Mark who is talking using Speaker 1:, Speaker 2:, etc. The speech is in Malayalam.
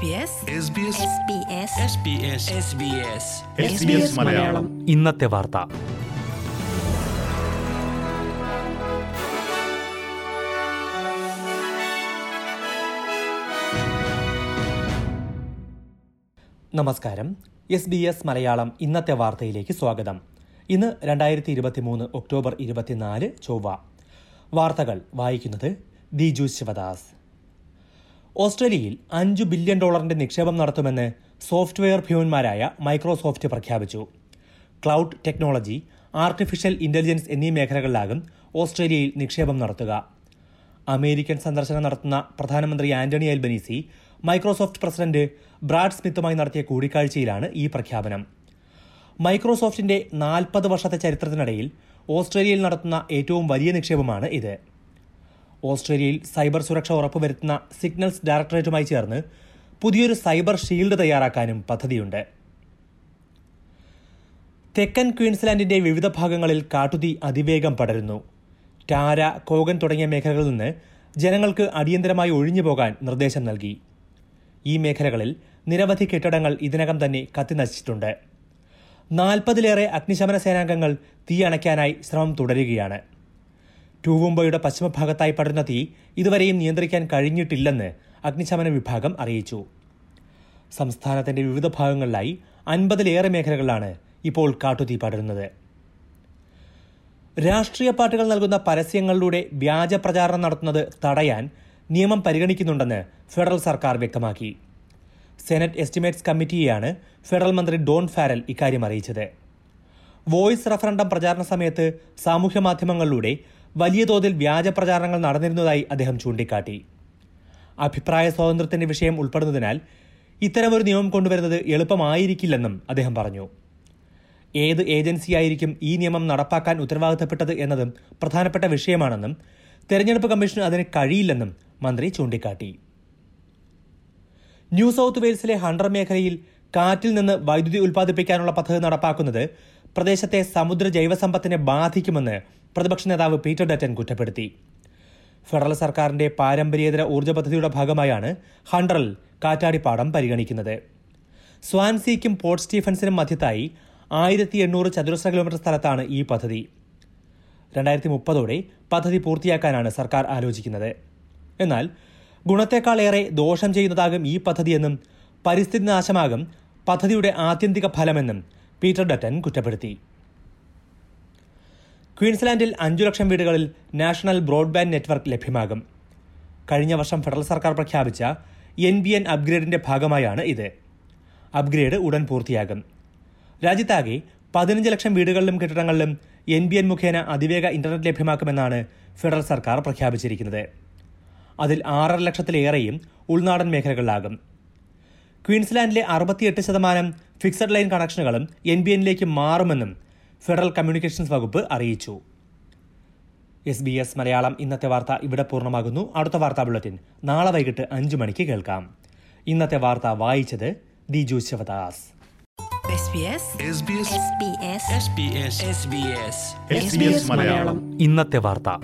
Speaker 1: SBS
Speaker 2: SBS മലയാളം
Speaker 3: ഇന്നത്തെ വാർത്ത നമസ്കാരം എസ് ബി എസ് മലയാളം ഇന്നത്തെ വാർത്തയിലേക്ക് സ്വാഗതം ഇന്ന് രണ്ടായിരത്തി ഇരുപത്തി മൂന്ന് ഒക്ടോബർ ഇരുപത്തിനാല് ചൊവ്വ വാർത്തകൾ വായിക്കുന്നത് ദിജു ശിവദാസ് ഓസ്ട്രേലിയയിൽ അഞ്ചു ബില്യൺ ഡോളറിന്റെ നിക്ഷേപം നടത്തുമെന്ന് സോഫ്റ്റ്വെയർ ഭ്യൂന്മാരായ മൈക്രോസോഫ്റ്റ് പ്രഖ്യാപിച്ചു ക്ലൗഡ് ടെക്നോളജി ആർട്ടിഫിഷ്യൽ ഇന്റലിജൻസ് എന്നീ മേഖലകളിലാകും ഓസ്ട്രേലിയയിൽ നിക്ഷേപം നടത്തുക അമേരിക്കൻ സന്ദർശനം നടത്തുന്ന പ്രധാനമന്ത്രി Anthony Albanese Microsoft president Brad സ്മിത്തുമായി നടത്തിയ കൂടിക്കാഴ്ചയിലാണ് ഈ പ്രഖ്യാപനം മൈക്രോസോഫ്റ്റിന്റെ നാൽപ്പത് വർഷത്തെ ചരിത്രത്തിനിടയിൽ ഓസ്ട്രേലിയയിൽ നടത്തുന്ന ഏറ്റവും വലിയ നിക്ഷേപമാണ് ഇത് ഓസ്ട്രേലിയയിൽ സൈബർ സുരക്ഷ ഉറപ്പുവരുത്തുന്ന സിഗ്നൽസ് ഡയറക്ടറേറ്റുമായി ചേർന്ന് പുതിയൊരു സൈബർ ഷീൽഡ് തയ്യാറാക്കാനും പദ്ധതിയുണ്ട് തെക്കൻ ക്വീൻസ്ലാൻഡിന്റെ വിവിധ ഭാഗങ്ങളിൽ കാട്ടുതീ അതിവേഗം പടരുന്നു ടാര കോഗൻ തുടങ്ങിയ മേഖലകളിൽ നിന്ന് ജനങ്ങൾക്ക് അടിയന്തരമായി ഒഴിഞ്ഞു പോകാൻ നിർദ്ദേശം നൽകി ഈ മേഖലകളിൽ നിരവധി കെട്ടിടങ്ങൾ ഇതിനകം തന്നെ കത്തിനശിച്ചിട്ടുണ്ട് നാൽപ്പതിലേറെ അഗ്നിശമന സേനാംഗങ്ങൾ തീ അണയ്ക്കാനായി ശ്രമം തുടരുകയാണ് ട്യൂവുംബയുടെ പശ്ചിമഭാഗത്തായി പടരുന്ന തീ ഇതുവരെയും നിയന്ത്രിക്കാൻ കഴിഞ്ഞിട്ടില്ലെന്ന് അഗ്നിശമന വിഭാഗം അറിയിച്ചു സംസ്ഥാനത്തിന്റെ വിവിധ ഭാഗങ്ങളിലായി അൻപതിലേറെ മേഖലകളിലാണ് ഇപ്പോൾ കാട്ടുതീ പടരുന്നത് രാഷ്ട്രീയ പാർട്ടികൾ നൽകുന്ന പരസ്യങ്ങളിലൂടെ വ്യാജ പ്രചാരണം നടത്തുന്നത് തടയാൻ നിയമം പരിഗണിക്കുന്നുണ്ടെന്ന് ഫെഡറൽ സർക്കാർ വ്യക്തമാക്കി സെനറ്റ് എസ്റ്റിമേറ്റ്സ് കമ്മിറ്റിയെയാണ് ഫെഡറൽ മന്ത്രി ഡോൺ ഫാരൽ ഇക്കാര്യം അറിയിച്ചത് വോയിസ് റഫറണ്ടം പ്രചാരണ സമയത്ത് സാമൂഹ്യ മാധ്യമങ്ങളിലൂടെ വലിയ തോതിൽ വ്യാജ പ്രചാരണങ്ങൾ നടന്നിരുന്നതായി അദ്ദേഹം ചൂണ്ടിക്കാട്ടി അഭിപ്രായ സ്വാതന്ത്ര്യത്തിന്റെ വിഷയം ഉൾപ്പെടുന്നതിനാൽ ഇത്തരമൊരു നിയമം കൊണ്ടുവരുന്നത് എളുപ്പമായിരിക്കില്ലെന്നും അദ്ദേഹം പറഞ്ഞു ഏത് ഏജൻസിയായിരിക്കും ഈ നിയമം നടപ്പാക്കാൻ ഉത്തരവാദിത്തപ്പെട്ടത് എന്നതും പ്രധാനപ്പെട്ട വിഷയമാണെന്നും തെരഞ്ഞെടുപ്പ് കമ്മീഷന് അതിന് കഴിയില്ലെന്നും മന്ത്രി ചൂണ്ടിക്കാട്ടി ന്യൂ സൗത്ത് വെയിൽസിലെ ഹണ്ടർ മേഖലയിൽ കാറ്റിൽ നിന്ന് വൈദ്യുതി ഉൽപ്പാദിപ്പിക്കാനുള്ള പദ്ധതി നടപ്പാക്കുന്നത് പ്രദേശത്തെ സമുദ്ര ജൈവസമ്പത്തിനെ ബാധിക്കുമെന്ന് പ്രതിപക്ഷ നേതാവ് പീറ്റർ ഡറ്റൻ കുറ്റപ്പെടുത്തി ഫെഡറൽ സർക്കാരിന്റെ പാരമ്പര്യേതര ഊർജ്ജ പദ്ധതിയുടെ ഭാഗമായാണ് ഹണ്ടറിൽ കാറ്റാടിപ്പാടം പരിഗണിക്കുന്നത് സ്വാൻസിക്കും പോർട്ട് സ്റ്റീഫൻസിനും മധ്യത്തായി ആയിരത്തി എണ്ണൂറ് ചതുരശ്ര കിലോമീറ്റർ സ്ഥലത്താണ് ഈ പദ്ധതി രണ്ടായിരത്തി മുപ്പതോടെ പദ്ധതി പൂർത്തിയാക്കാനാണ് സർക്കാർ ആലോചിക്കുന്നത് എന്നാൽ ഗുണത്തെക്കാളേറെ ദോഷം ചെയ്യുന്നതാകും ഈ പദ്ധതിയെന്നും പരിസ്ഥിതി നാശമാകും പദ്ധതിയുടെ ആത്യന്തിക ഫലമെന്നും പീറ്റർ ഡറ്റൻ കുറ്റപ്പെടുത്തി ക്വീൻസ്ലാൻഡിൽ അഞ്ചു ലക്ഷം വീടുകളിൽ നാഷണൽ ബ്രോഡ്ബാൻഡ് നെറ്റ്വർക്ക് ലഭ്യമാകും കഴിഞ്ഞ വർഷം ഫെഡറൽ സർക്കാർ പ്രഖ്യാപിച്ച എൻ ബി എൻ അപ്ഗ്രേഡിന്റെ ഭാഗമായാണ് ഇത് അപ്ഗ്രേഡ് ഉടൻ പൂർത്തിയാകും രാജ്യത്താകെ പതിനഞ്ച് ലക്ഷം വീടുകളിലും കെട്ടിടങ്ങളിലും എൻ ബി എൻ മുഖേന അതിവേഗ ഇന്റർനെറ്റ് ലഭ്യമാക്കുമെന്നാണ് ഫെഡറൽ സർക്കാർ പ്രഖ്യാപിച്ചിരിക്കുന്നത് അതിൽ ആറര ലക്ഷത്തിലേറെയും ഉൾനാടൻ മേഖലകളിലാകും ക്വീൻസ്ലാൻഡിലെ അറുപത്തിയെട്ട് ശതമാനം ഫിക്സഡ് ലൈൻ കണക്ഷനുകളും എൻ ബി എന്നിലേക്ക് മാറുമെന്നും ഫെഡറൽ കമ്മ്യൂണിക്കേഷൻസ് വകുപ്പ് അറിയിച്ചു എസ് ബി എസ് മലയാളം ഇന്നത്തെ വാർത്ത ഇവിടെ പൂർണ്ണമാകുന്നു അടുത്ത വാർത്താ ബുള്ളറ്റിൻ നാളെ വൈകിട്ട് അഞ്ചു മണിക്ക് കേൾക്കാം ഇന്നത്തെ വാർത്ത വായിച്ചത് ദിജു ശിവദാസ്
Speaker 1: SBS
Speaker 2: SBS മലയാളം
Speaker 3: ഇന്നത്തെ വാർത്ത